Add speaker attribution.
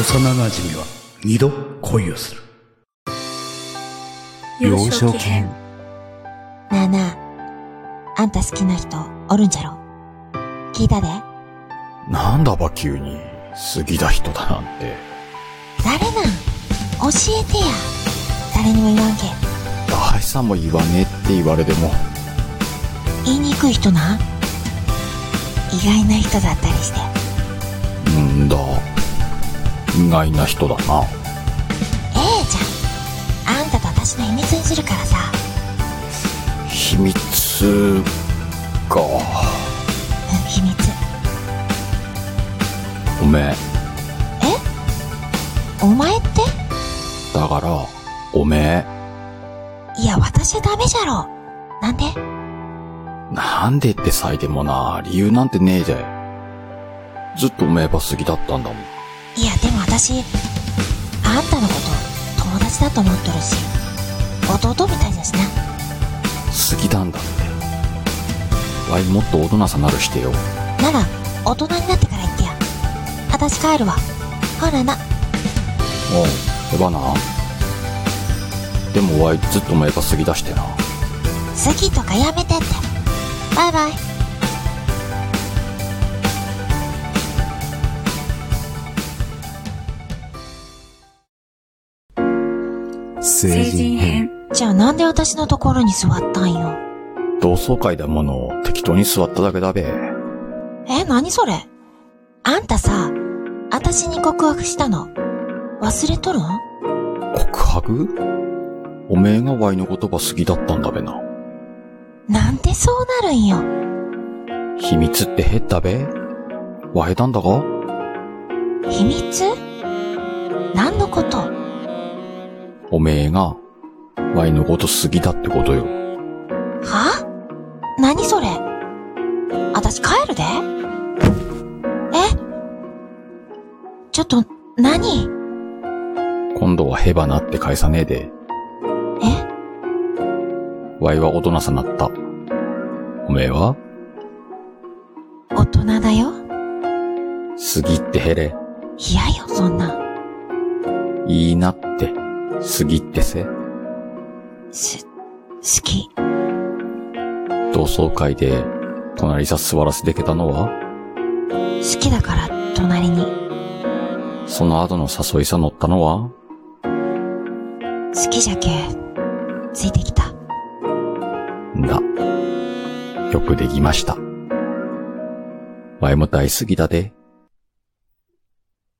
Speaker 1: 幼なじみは二度恋をする
Speaker 2: 幼少期編
Speaker 3: なあなあ、あんた好きな人おるんじゃろ聞いたで
Speaker 2: なんだば急に杉田人だなんて
Speaker 3: 誰なん教えてや。誰にも言わんけ。
Speaker 2: 大さも言わねえって言われても
Speaker 3: 言いにくい人な意外な人だったりして。
Speaker 2: んだ意外な人だな
Speaker 3: ええじゃん。あんたと私の秘密にするからさ。
Speaker 2: 秘密か
Speaker 3: うん、秘密。
Speaker 2: おめえ
Speaker 3: お前って
Speaker 2: だからおめ
Speaker 3: いや、私はダメじゃろ。なんで
Speaker 2: えなんでってさえでもな理由なんてねえでずっとおめえば杉だったんだもん
Speaker 3: いや、でも私、あんたのこと友達だと思っとるし、弟みたいだしな。
Speaker 2: 杉だんだってわいもっと大人さなるしてよ
Speaker 3: なら、大人になってから言ってや。私帰るわ。ほらな。
Speaker 2: おうえばなでもわいずっとお前ば過ぎ出してな
Speaker 3: 好きとかやめてって。バイバイ。
Speaker 1: 成
Speaker 4: 成人編
Speaker 3: じゃあなんで私のところに座ったんよ。
Speaker 2: 同窓会だものを適当に座っただけだべ
Speaker 3: え、何それあんたさ、私に告白したの。忘れとるん
Speaker 2: 告白おめえがわいのことば過ぎだったんだべな
Speaker 3: なんでそうなるんよ。
Speaker 2: 秘密ってへったべわいなんだか
Speaker 3: 秘密何のこと
Speaker 2: おめえがわいのこと過ぎだってことよ
Speaker 3: は何それ私帰るでえちょっと、何
Speaker 2: 今度はへばなって返さねえで
Speaker 3: え
Speaker 2: わいは大人さなったおめえは
Speaker 3: 大人だよ
Speaker 2: 過ぎってへれ
Speaker 3: 嫌よ、そんなん。
Speaker 2: いいなって過ぎってせ
Speaker 3: す、好き。
Speaker 2: 同窓会で隣さ座らせてけたのは、
Speaker 3: 好きだから、隣に。
Speaker 2: その後の誘いさ乗ったのは、
Speaker 3: 好きじゃけ、ついてきた。
Speaker 2: んだ。よくできました。わいも大好きだで。